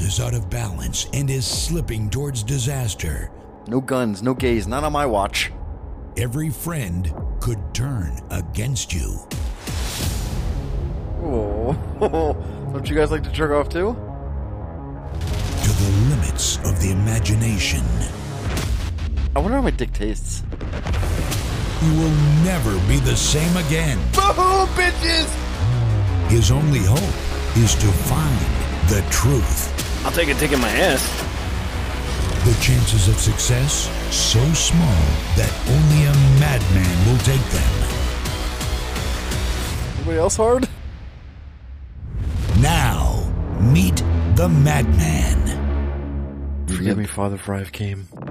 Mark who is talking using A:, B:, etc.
A: is out of balance and is slipping towards disaster,
B: No guns, no gays, not on my watch.
A: every friend could turn against you.
B: Oh, don't you guys like to jerk off too?
A: To the limits of the imagination,
B: I wonder how my dick tastes.
A: you will never be the same again.
B: Boo, bitches!
A: His only hope is to find the truth.
C: I'll take a dick in my ass.
A: The chances of success so small that only a madman will take them.
B: Anybody else hard?
A: Now, meet the madman.
B: Forgive me, Father, for I've came.